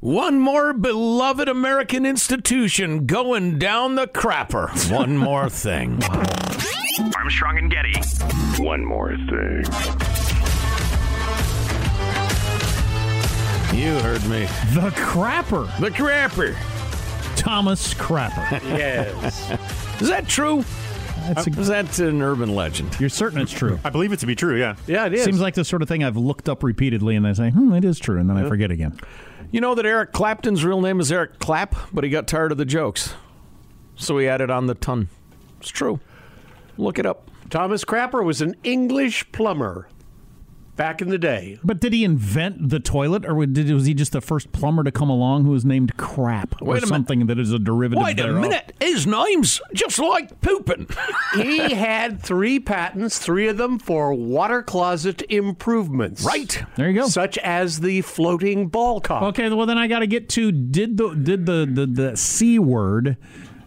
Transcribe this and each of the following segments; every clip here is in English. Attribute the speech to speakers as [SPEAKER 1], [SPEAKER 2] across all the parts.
[SPEAKER 1] One more beloved American institution going down the crapper. One more thing.
[SPEAKER 2] Armstrong and Getty. One more thing.
[SPEAKER 1] You heard me.
[SPEAKER 3] The crapper.
[SPEAKER 1] The crapper.
[SPEAKER 3] Thomas Crapper.
[SPEAKER 4] Yes.
[SPEAKER 1] Is that true? Uh,
[SPEAKER 3] That's
[SPEAKER 1] Is
[SPEAKER 3] a,
[SPEAKER 1] that an urban legend?
[SPEAKER 3] you're certain it's true.
[SPEAKER 5] I believe it to be true, yeah.
[SPEAKER 1] Yeah, it is.
[SPEAKER 3] Seems like the sort of thing I've looked up repeatedly and they say, hmm, it is true. And then I forget again.
[SPEAKER 1] you know that Eric Clapton's real name is Eric Clapp, but he got tired of the jokes. So he added on the ton. It's true. Look it up.
[SPEAKER 4] Thomas Crapper was an English plumber back in the day.
[SPEAKER 3] But did he invent the toilet or did, was he just the first plumber to come along who was named Crap or
[SPEAKER 1] Wait a minute.
[SPEAKER 3] something that is a derivative
[SPEAKER 1] Wait a
[SPEAKER 3] thereof?
[SPEAKER 1] minute. His name's just like pooping.
[SPEAKER 4] He had three patents, three of them for water closet improvements.
[SPEAKER 1] right.
[SPEAKER 3] There you go.
[SPEAKER 4] Such as the floating ball cock.
[SPEAKER 3] Okay, well then I got to get to did the did the the, the c word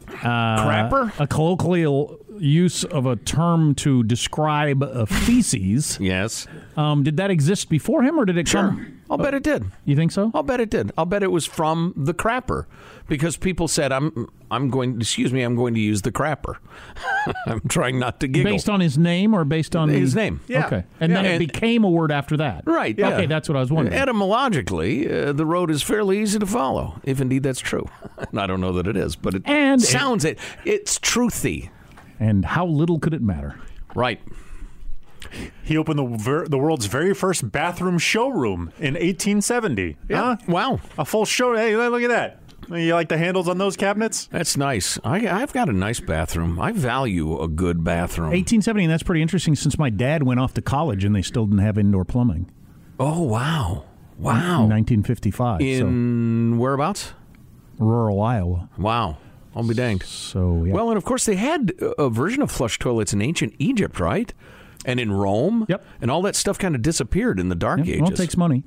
[SPEAKER 3] uh,
[SPEAKER 1] Crapper?
[SPEAKER 3] a colloquial use of a term to describe a feces.
[SPEAKER 1] Yes.
[SPEAKER 3] um, did that exist before him or did it
[SPEAKER 1] Sure.
[SPEAKER 3] come?
[SPEAKER 1] I'll bet it did.
[SPEAKER 3] You think so?
[SPEAKER 1] I'll bet it did. I'll bet it was from the crapper because people said, "I'm, I'm going. Excuse me, I'm going to use the crapper. I'm trying not to giggle."
[SPEAKER 3] Based on his name or based on
[SPEAKER 1] His name.
[SPEAKER 4] Yeah.
[SPEAKER 3] Okay, and then
[SPEAKER 1] Yeah.
[SPEAKER 3] it
[SPEAKER 1] And-
[SPEAKER 3] became a word after that.
[SPEAKER 1] Right, yeah.
[SPEAKER 3] Okay, that's what I was wondering.
[SPEAKER 1] Etymologically, uh, the road is fairly easy to follow, if indeed that's true. I don't know that it is, but it
[SPEAKER 3] And-
[SPEAKER 1] sounds it. It's truthy,
[SPEAKER 3] and how little could it matter?
[SPEAKER 1] right?
[SPEAKER 5] He opened the ver- the world's very first bathroom showroom in 1870. Huh?
[SPEAKER 1] Wow,
[SPEAKER 5] A full show. Hey, look at that. You like the handles on those cabinets?
[SPEAKER 1] that's nice. I, I've got a nice bathroom. I value a good bathroom.
[SPEAKER 3] 1870. And that's pretty interesting since my dad went off to college and they still didn't have indoor plumbing.
[SPEAKER 1] Oh wow,
[SPEAKER 3] in
[SPEAKER 1] wow.
[SPEAKER 3] 1955.
[SPEAKER 1] Oh. In whereabouts?
[SPEAKER 3] so rural Iowa.
[SPEAKER 1] Wow, I'll be danged.
[SPEAKER 3] So yeah.
[SPEAKER 1] Well, and of course they had a a version of flush toilets in ancient Egypt, right? And in Rome.
[SPEAKER 3] Yep.
[SPEAKER 1] And all that stuff kind of disappeared in the Dark
[SPEAKER 3] Yeah,
[SPEAKER 1] Ages.
[SPEAKER 3] Well, it takes money.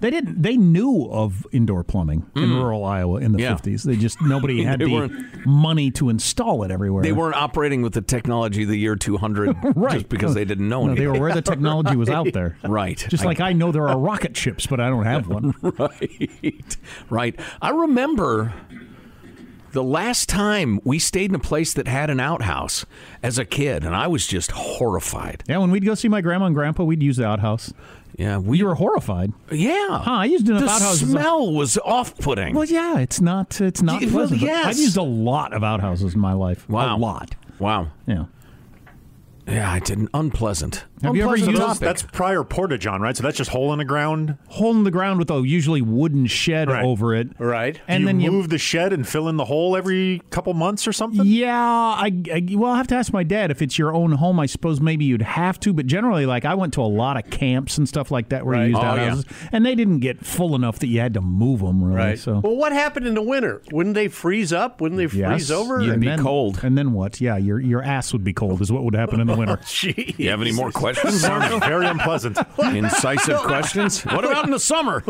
[SPEAKER 3] They didn't. They knew of indoor plumbing in rural Iowa in the
[SPEAKER 1] Mm. Yeah.
[SPEAKER 3] fifties. They just nobody had
[SPEAKER 1] They
[SPEAKER 3] the
[SPEAKER 1] weren't-
[SPEAKER 3] money to install it everywhere.
[SPEAKER 1] they weren't operating with the technology of the year 200
[SPEAKER 3] right
[SPEAKER 1] just because they didn't know
[SPEAKER 3] No,
[SPEAKER 1] anything.
[SPEAKER 3] they were where the technology was out there.
[SPEAKER 1] Right.
[SPEAKER 3] Just
[SPEAKER 1] I-
[SPEAKER 3] like I know there are rocket ships, but I don't have one.
[SPEAKER 1] right. Right. I remember the last time we stayed in a place that had an outhouse as a kid, and I was just horrified.
[SPEAKER 3] Yeah, when we'd go see my grandma and grandpa, we'd use the outhouse.
[SPEAKER 1] Yeah. We
[SPEAKER 3] You were horrified.
[SPEAKER 1] Yeah.
[SPEAKER 3] Huh, I used enough
[SPEAKER 1] the
[SPEAKER 3] outhouses.
[SPEAKER 1] smell was off putting.
[SPEAKER 3] Well, yeah, it's not. It's not
[SPEAKER 1] Y- well,
[SPEAKER 3] pleasant. but
[SPEAKER 1] yes.
[SPEAKER 3] I've used a lot of outhouses in my life.
[SPEAKER 1] Wow.
[SPEAKER 3] A lot.
[SPEAKER 1] Wow.
[SPEAKER 3] Yeah.
[SPEAKER 1] Yeah, I didn't. Unpleasant.
[SPEAKER 3] Have you ever
[SPEAKER 1] Unpleasant
[SPEAKER 3] used-
[SPEAKER 1] topic.
[SPEAKER 5] That's prior portage on, right? So that's just hole in the ground.
[SPEAKER 3] Hole in the ground with a usually wooden shed
[SPEAKER 5] Right.
[SPEAKER 3] over it.
[SPEAKER 4] Right.
[SPEAKER 3] And
[SPEAKER 5] you
[SPEAKER 3] then you
[SPEAKER 5] move the shed and fill in the hole every couple months or something.
[SPEAKER 3] Yeah, I, I well, I have to ask my dad if it's your own home. I suppose maybe you'd have to, but generally, like I went to a lot of camps and stuff like that where you used
[SPEAKER 1] Oh, yeah.
[SPEAKER 3] outhouses, and they didn't get full enough that you had to move them. Really, so
[SPEAKER 4] Well, what happened in the winter? Wouldn't they freeze up? Wouldn't they freeze over?
[SPEAKER 3] And
[SPEAKER 1] be
[SPEAKER 3] then-
[SPEAKER 1] cold.
[SPEAKER 3] and then what? Yeah, your your ass would be cold is what would happen in the
[SPEAKER 1] Oh,
[SPEAKER 3] winter.
[SPEAKER 4] Gee.
[SPEAKER 1] You have any more questions,
[SPEAKER 5] Sounds
[SPEAKER 1] Marco?
[SPEAKER 5] very unpleasant.
[SPEAKER 1] Incisive questions. What about in the summer?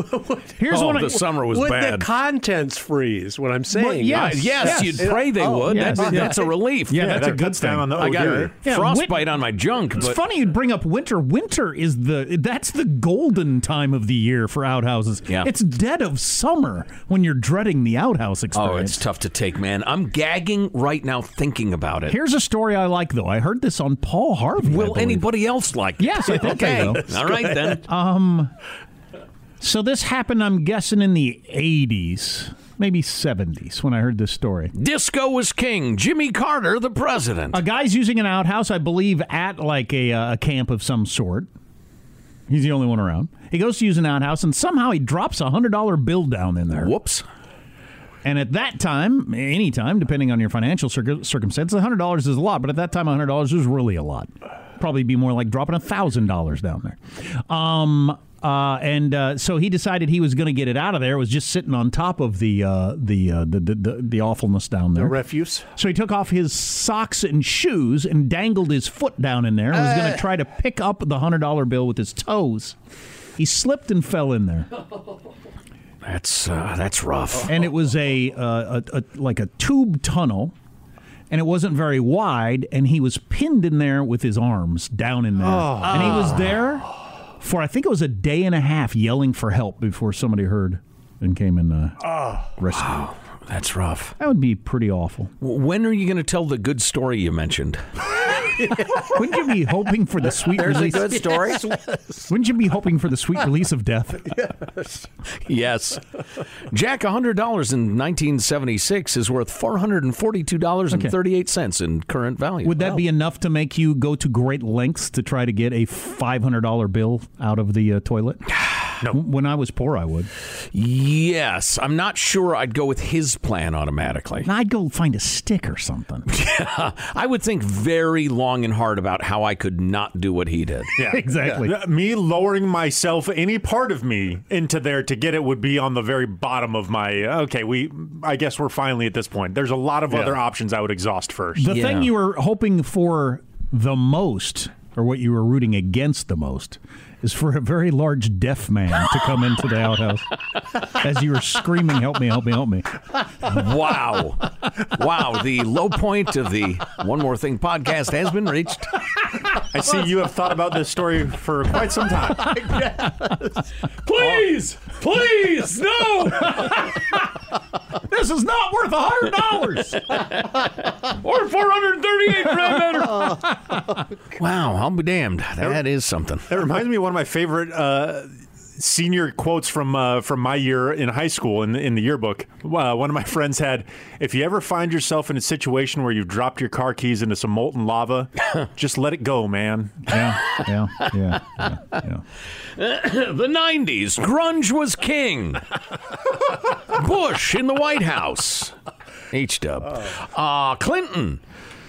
[SPEAKER 3] Here's
[SPEAKER 1] oh,
[SPEAKER 3] one. I-
[SPEAKER 1] the summer was
[SPEAKER 4] Would
[SPEAKER 1] bad.
[SPEAKER 4] the contents freeze? What I'm saying.
[SPEAKER 3] yes. Oh,
[SPEAKER 1] yes, you'd pray they would.
[SPEAKER 3] yes,
[SPEAKER 1] That-
[SPEAKER 3] yeah.
[SPEAKER 1] That's a relief.
[SPEAKER 3] yeah,
[SPEAKER 5] Yeah,
[SPEAKER 3] that's a
[SPEAKER 5] that
[SPEAKER 3] good
[SPEAKER 5] cuts
[SPEAKER 3] thing.
[SPEAKER 5] down on the
[SPEAKER 1] I got
[SPEAKER 5] odor.
[SPEAKER 3] Yeah,
[SPEAKER 1] frostbite
[SPEAKER 3] wit-
[SPEAKER 1] on my junk.
[SPEAKER 3] It's
[SPEAKER 1] but
[SPEAKER 3] funny you'd bring up winter. Winter is the that's the golden time of the year for outhouses.
[SPEAKER 1] Yeah.
[SPEAKER 3] It's dead of summer when you're dreading the outhouse experience.
[SPEAKER 1] Oh, it's tough to take, man. I'm gagging right now thinking about it.
[SPEAKER 3] Here's a story I like, though. I heard this on Paul Harvey. I
[SPEAKER 1] Will
[SPEAKER 3] believe.
[SPEAKER 1] anybody else like it?
[SPEAKER 3] Yes, I think I
[SPEAKER 1] okay.
[SPEAKER 3] will. Uh,
[SPEAKER 1] All right then.
[SPEAKER 3] So this happened, I'm guessing, in the 80s, maybe 70s, when I heard this story.
[SPEAKER 1] Disco was king. Jimmy Carter, the president.
[SPEAKER 3] A guy's using an outhouse, I believe, at like a, uh, a camp of some sort. He's the only one around. He goes to use an outhouse, and somehow he drops a hundred dollar bill down in there.
[SPEAKER 1] Whoops.
[SPEAKER 3] And at that time, any time, depending on your financial cir- circumstance, a hundred dollars is a lot. But at that time, a hundred dollars was really a lot. Probably be more like dropping a thousand dollars down there. Um, uh, and uh, so he decided he was going to get it out of there. It was just sitting on top of the uh, the, uh, the, the the the awfulness down there.
[SPEAKER 4] Refuse.
[SPEAKER 3] So he took off his socks and shoes and dangled his foot down in there and was going to try to pick up the $100 bill with his toes. He slipped and fell in there,
[SPEAKER 1] That's uh, that's rough.
[SPEAKER 3] and it was a, uh, a, a like a tube tunnel, and it wasn't very wide. And he was pinned in there with his arms down in there,
[SPEAKER 6] Oh.
[SPEAKER 3] and he was there for I think it was a day and a half, yelling for help before somebody heard. and came and uh, rescued.
[SPEAKER 1] That's rough.
[SPEAKER 3] That would be pretty awful.
[SPEAKER 1] W- When are you going to tell the good story you mentioned?
[SPEAKER 3] Wouldn't you be hoping for the sweet
[SPEAKER 6] There's a
[SPEAKER 3] release?
[SPEAKER 6] good story.
[SPEAKER 3] Wouldn't you be hoping for the sweet release of death?
[SPEAKER 1] yes. Jack, $100 in 1976 is worth $442.38 in current value.
[SPEAKER 3] Would that be enough to make you go to great lengths to try to get a five hundred dollar bill out of the uh, toilet? No. When I was poor, I would.
[SPEAKER 1] Yes. I'm not sure I'd go with his plan automatically.
[SPEAKER 3] And I'd go find a stick or something.
[SPEAKER 1] I would think very long and hard about how I could not do what he did.
[SPEAKER 5] Yeah.
[SPEAKER 3] Exactly.
[SPEAKER 5] Yeah. Me lowering myself, any part of me, into there to get it would be on the very bottom of my. uh, Okay, we. I guess we're finally at this point. There's a lot of other options I would exhaust first.
[SPEAKER 3] The
[SPEAKER 1] Yeah.
[SPEAKER 3] thing you were hoping for the most, or what you were rooting against the most, is for a very large deaf man to come into the outhouse as you were screaming, "Help me! Help me! Help me!"
[SPEAKER 1] Wow. wow. The low point of the One More Thing podcast has been reached.
[SPEAKER 5] I see you have thought about this story for quite some time.
[SPEAKER 1] Please, please, no,
[SPEAKER 3] This is not worth a hundred dollars.
[SPEAKER 1] or 438 grand Wow, I'll be damned. That is something.
[SPEAKER 5] That reminds me of one of my favorite uh, senior quotes from uh, from my year in high school in the, in the yearbook. Uh, one of my friends had, "If you ever find yourself in a situation where you've dropped your car keys into some molten lava, just let it go, man."
[SPEAKER 3] yeah, yeah, yeah, yeah, yeah.
[SPEAKER 1] The 90s, grunge was king. Bush in the White House. H dub. Uh, Clinton.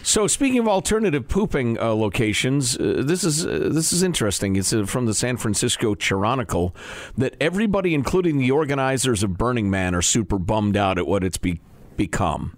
[SPEAKER 1] So speaking of alternative pooping uh, locations, uh, this is uh, this is interesting. It's uh, from the San Francisco Chronicle that everybody, including the organizers of Burning Man, are super bummed out at what it's be- become.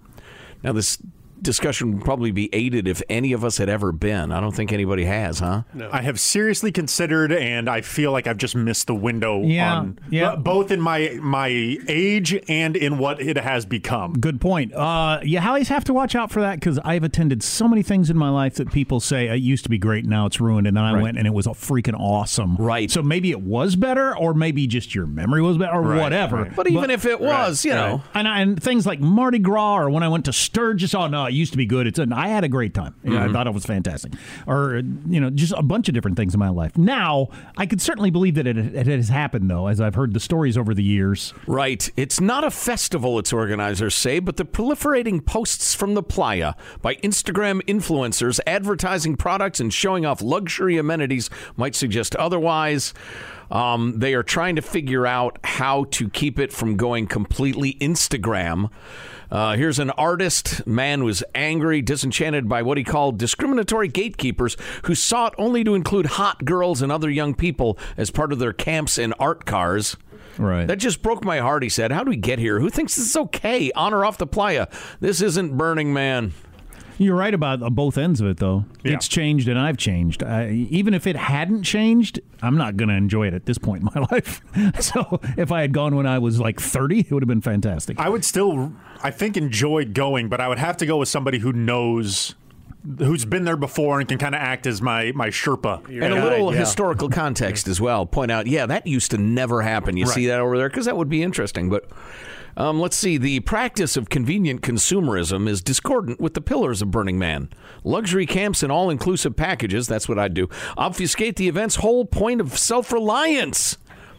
[SPEAKER 1] Now this discussion would probably be aided if any of us had ever been. I don't think anybody has, huh?
[SPEAKER 5] I have seriously considered, and I feel like I've just missed the window.
[SPEAKER 3] Yeah,
[SPEAKER 5] on,
[SPEAKER 3] yeah.
[SPEAKER 5] b- both in my my age and in what it has become.
[SPEAKER 3] Good point. Uh, you always have to watch out for that because I've attended so many things in my life that people say it used to be great, now it's ruined, and then I went and it was freaking awesome.
[SPEAKER 1] Right.
[SPEAKER 3] So maybe it was better, or maybe just your memory was better, or whatever.
[SPEAKER 1] But even if it was, you know.
[SPEAKER 3] and, I- and things like Mardi Gras, or when I went to Sturgis, oh no, it used to be good. It's an, I had a great time. You know,
[SPEAKER 1] Mm-hmm.
[SPEAKER 3] I thought it was fantastic. Or you know, just a bunch of different things in my life. Now I could certainly believe that it, it has happened though, as I've heard the stories over the years.
[SPEAKER 1] Right. It's not a festival, its organizers say, but the proliferating posts from the playa by Instagram influencers advertising products and showing off luxury amenities might suggest otherwise. Um, they are trying to figure out how to keep it from going completely Instagram. Uh, here's an artist. Man was angry, disenchanted by what he called discriminatory gatekeepers who sought only to include hot girls and other young people as part of their camps and art cars.
[SPEAKER 3] Right.
[SPEAKER 1] That just broke my heart, he said. How do we get here? Who thinks this is okay on or off the playa? This isn't Burning Man.
[SPEAKER 3] You're right about uh, both ends of it, though. It's changed, and I've changed. I, even if it hadn't changed, I'm not going to enjoy it at this point in my life. so, if I had gone when I was like 30, it would have been fantastic.
[SPEAKER 5] I would still, I think, enjoy going, but I would have to go with somebody who knows, who's been there before, and can kind of act as my my Sherpa.
[SPEAKER 1] And a little historical context as well. Point out, yeah, that used to never happen. You see that over there? Because that would be interesting. But um, let's see. The practice of convenient consumerism is discordant with the pillars of Burning Man. Luxury camps and all inclusive packages, that's what I'd do, obfuscate the event's whole point of self reliance.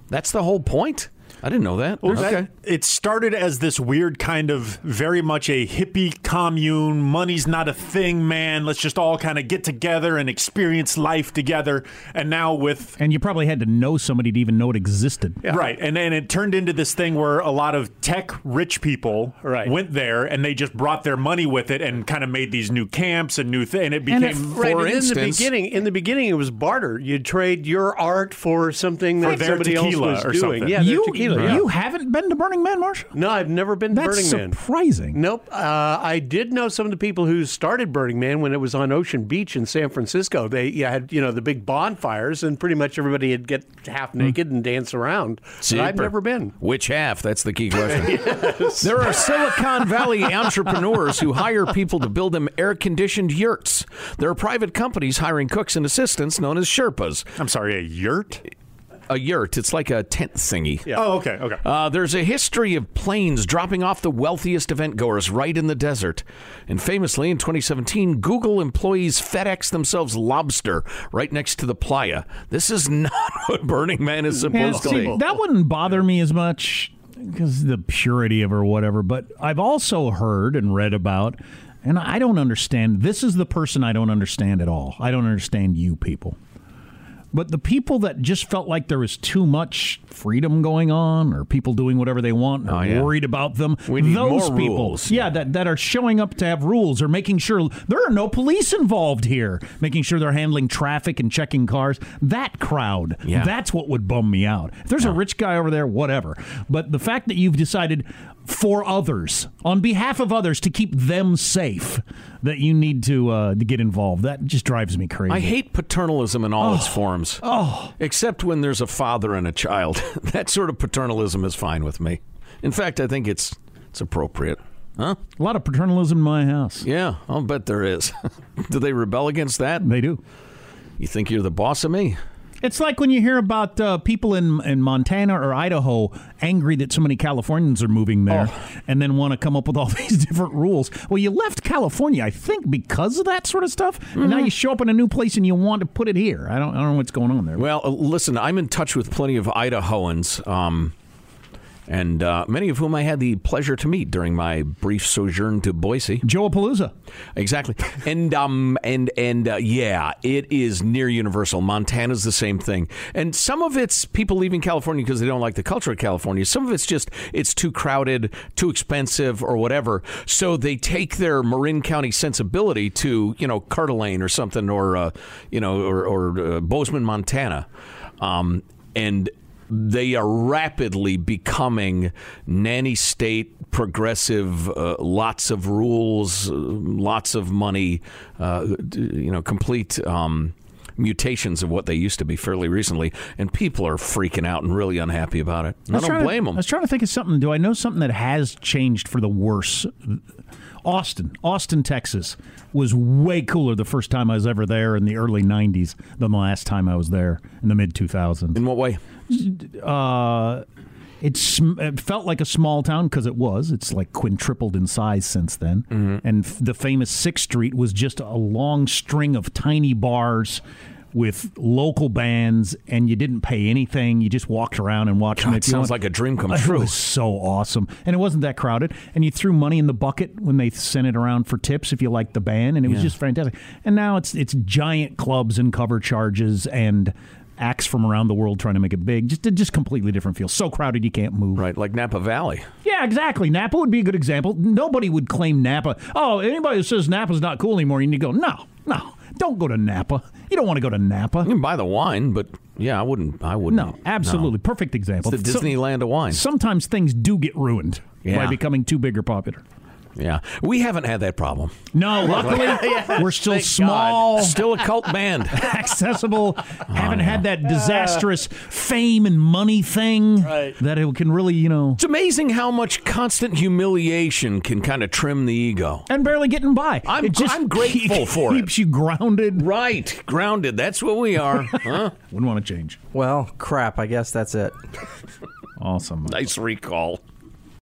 [SPEAKER 1] That's the whole point? I didn't know that.
[SPEAKER 5] Well, that- it started as this weird kind of very much a hippie commune. Money's not a thing, man. Let's just all kind of get together and experience life together. And now with
[SPEAKER 3] and you probably had to know somebody to even know it existed.
[SPEAKER 5] Right, and then it turned into this thing where a lot of tech rich people
[SPEAKER 4] Right.
[SPEAKER 5] went there, and they just brought their money with it, and kind of made these new camps and new thing, and it
[SPEAKER 3] And
[SPEAKER 5] became
[SPEAKER 3] it-
[SPEAKER 4] Right,
[SPEAKER 1] For
[SPEAKER 4] and in the
[SPEAKER 1] instance-
[SPEAKER 4] beginning, in the beginning, it was barter. You'd trade your art for something that
[SPEAKER 5] their
[SPEAKER 4] somebody else
[SPEAKER 5] tequila
[SPEAKER 4] was
[SPEAKER 5] or
[SPEAKER 4] doing.
[SPEAKER 5] something.
[SPEAKER 4] Yeah, their
[SPEAKER 3] you,
[SPEAKER 4] tequila. yeah.
[SPEAKER 3] you haven't been to Burning Man, Marshall?
[SPEAKER 4] No, I've never been to
[SPEAKER 3] That's
[SPEAKER 4] Burning Man.
[SPEAKER 3] surprising.
[SPEAKER 4] Nope. Uh, I did know some of the people who started Burning Man when it was on Ocean Beach in San Francisco. They yeah, had you know the big bonfires, and pretty much everybody would get half naked and dance around. But I've
[SPEAKER 1] Super.
[SPEAKER 4] never been.
[SPEAKER 1] Which half? That's the key question. There are Silicon Valley entrepreneurs who hire people to build them air conditioned yurts. There are private companies hiring cooks and assistants known as Sherpas.
[SPEAKER 5] I'm sorry, a yurt.
[SPEAKER 1] a yurt. It's like a tent thingy.
[SPEAKER 5] Oh, okay, okay.
[SPEAKER 1] Uh, there's a history of planes dropping off the wealthiest event goers right in the desert. And famously, in 2017, Google employees FedEx themselves lobster right next to the playa. This is not what Burning Man is
[SPEAKER 3] Yeah,
[SPEAKER 1] supposed to
[SPEAKER 3] see,
[SPEAKER 1] be.
[SPEAKER 3] that wouldn't bother me as much because the purity of her or whatever. But I've also heard and read about, and I don't understand. This is the person I don't understand at all. I don't understand you people. But the people that just felt like there was too much freedom going on, or people doing whatever they want, or
[SPEAKER 1] Oh, yeah.
[SPEAKER 3] worried about them,
[SPEAKER 1] We need
[SPEAKER 3] those
[SPEAKER 1] more
[SPEAKER 3] people,
[SPEAKER 1] rules.
[SPEAKER 3] yeah, that that are showing up to have rules or making sure there are no police involved here, making sure they're handling traffic and checking cars. That crowd,
[SPEAKER 1] Yeah.
[SPEAKER 3] that's what would bum me out. If there's a rich guy over there, whatever. But the fact that you've decided for others, on behalf of others, to keep them safe, that you need to uh, to get involved, that just drives me crazy.
[SPEAKER 1] I hate paternalism in all its forms. Oh. Except when there's a father and a child. that sort of paternalism is fine with me. In fact, I think it's it's appropriate. Huh?
[SPEAKER 3] a lot of paternalism in my house.
[SPEAKER 1] Yeah, I'll bet there is. Do they rebel against that?
[SPEAKER 3] They do.
[SPEAKER 1] You think you're the boss of me?
[SPEAKER 3] It's like when you hear about uh, people in in Montana or Idaho angry that so many Californians are moving there,
[SPEAKER 1] Oh.
[SPEAKER 3] and then want to come up with all these different rules. Well, you left California, I think, because of that sort of stuff, and
[SPEAKER 1] Mm-hmm.
[SPEAKER 3] now you show up in a new place and you want to put it here. I don't, I don't know what's going on there.
[SPEAKER 1] Well, uh, listen, I'm in touch with plenty of Idahoans, um, and uh, many of whom I had the pleasure to meet during my brief sojourn to Boise.
[SPEAKER 3] Joe Palooza.
[SPEAKER 1] Exactly, and um, and and uh, yeah, it is near universal. Montana's the same thing, and some of it's people leaving California because they don't like the culture of California. Some of it's just it's too crowded, too expensive, or whatever. So they take their Marin County sensibility to you know Coeur d'Alene or something, or uh, you know, or, or uh, Bozeman, Montana, um, and they are rapidly becoming nanny state, progressive, uh, lots of rules, uh, lots of money, uh, d- you know, complete um, mutations of what they used to be fairly recently. And people are freaking out and really unhappy about it. And I
[SPEAKER 3] was
[SPEAKER 1] don't
[SPEAKER 3] trying to-
[SPEAKER 1] blame
[SPEAKER 3] I
[SPEAKER 1] them.
[SPEAKER 3] was trying to think of something. Do I know something that has changed for the worse? Austin, Austin, Texas was way cooler the first time I was ever there in the early 90s than the last time I was there in the mid 2000s.
[SPEAKER 1] In what way?
[SPEAKER 3] uh, it, sm- it felt like a small town because it was. It's like quintupled in size since then.
[SPEAKER 1] Mm-hmm.
[SPEAKER 3] And f- the famous Sixth Street was just a long string of tiny bars with local bands, and you didn't pay anything. You just walked around and watched. them
[SPEAKER 1] God,
[SPEAKER 3] if you
[SPEAKER 1] sounds
[SPEAKER 3] want.
[SPEAKER 1] like a dream come
[SPEAKER 3] It
[SPEAKER 1] true.
[SPEAKER 3] was so awesome, and it wasn't that crowded. And you threw money in the bucket when they sent it around for tips if you liked the band, and it was just fantastic. And now it's it's giant clubs and cover charges and acts from around the world trying to make it big. Just just completely different feel. So crowded you can't move.
[SPEAKER 1] Right, like Napa Valley.
[SPEAKER 3] Yeah, exactly. Napa would be a good example. Nobody would claim Napa. Oh, anybody that says Napa's not cool anymore, you need to go. No, no, don't go to Napa. You don't want to go to Napa.
[SPEAKER 1] You can buy the wine, but yeah, I wouldn't. I wouldn't.
[SPEAKER 3] No, absolutely perfect example.
[SPEAKER 1] It's the
[SPEAKER 3] So-
[SPEAKER 1] Disneyland of wine.
[SPEAKER 3] sometimes things do get ruined
[SPEAKER 1] Yeah.
[SPEAKER 3] by becoming too big or popular.
[SPEAKER 1] Yeah, we haven't had that problem.
[SPEAKER 3] No, luckily we're still small,
[SPEAKER 1] Still a cult band. Oh,
[SPEAKER 3] accessible. haven't had that disastrous fame and money thing that it can really, you know,
[SPEAKER 1] It's amazing how much constant humiliation can kind of trim the ego.
[SPEAKER 3] and barely getting by.
[SPEAKER 1] I'm-
[SPEAKER 3] it just
[SPEAKER 1] I'm grateful for it.
[SPEAKER 3] Keeps you grounded.
[SPEAKER 1] Right, grounded. That's what we are. Huh?
[SPEAKER 3] Wouldn't want to change.
[SPEAKER 6] Well, crap. I guess that's it.
[SPEAKER 3] Awesome.
[SPEAKER 1] nice recall.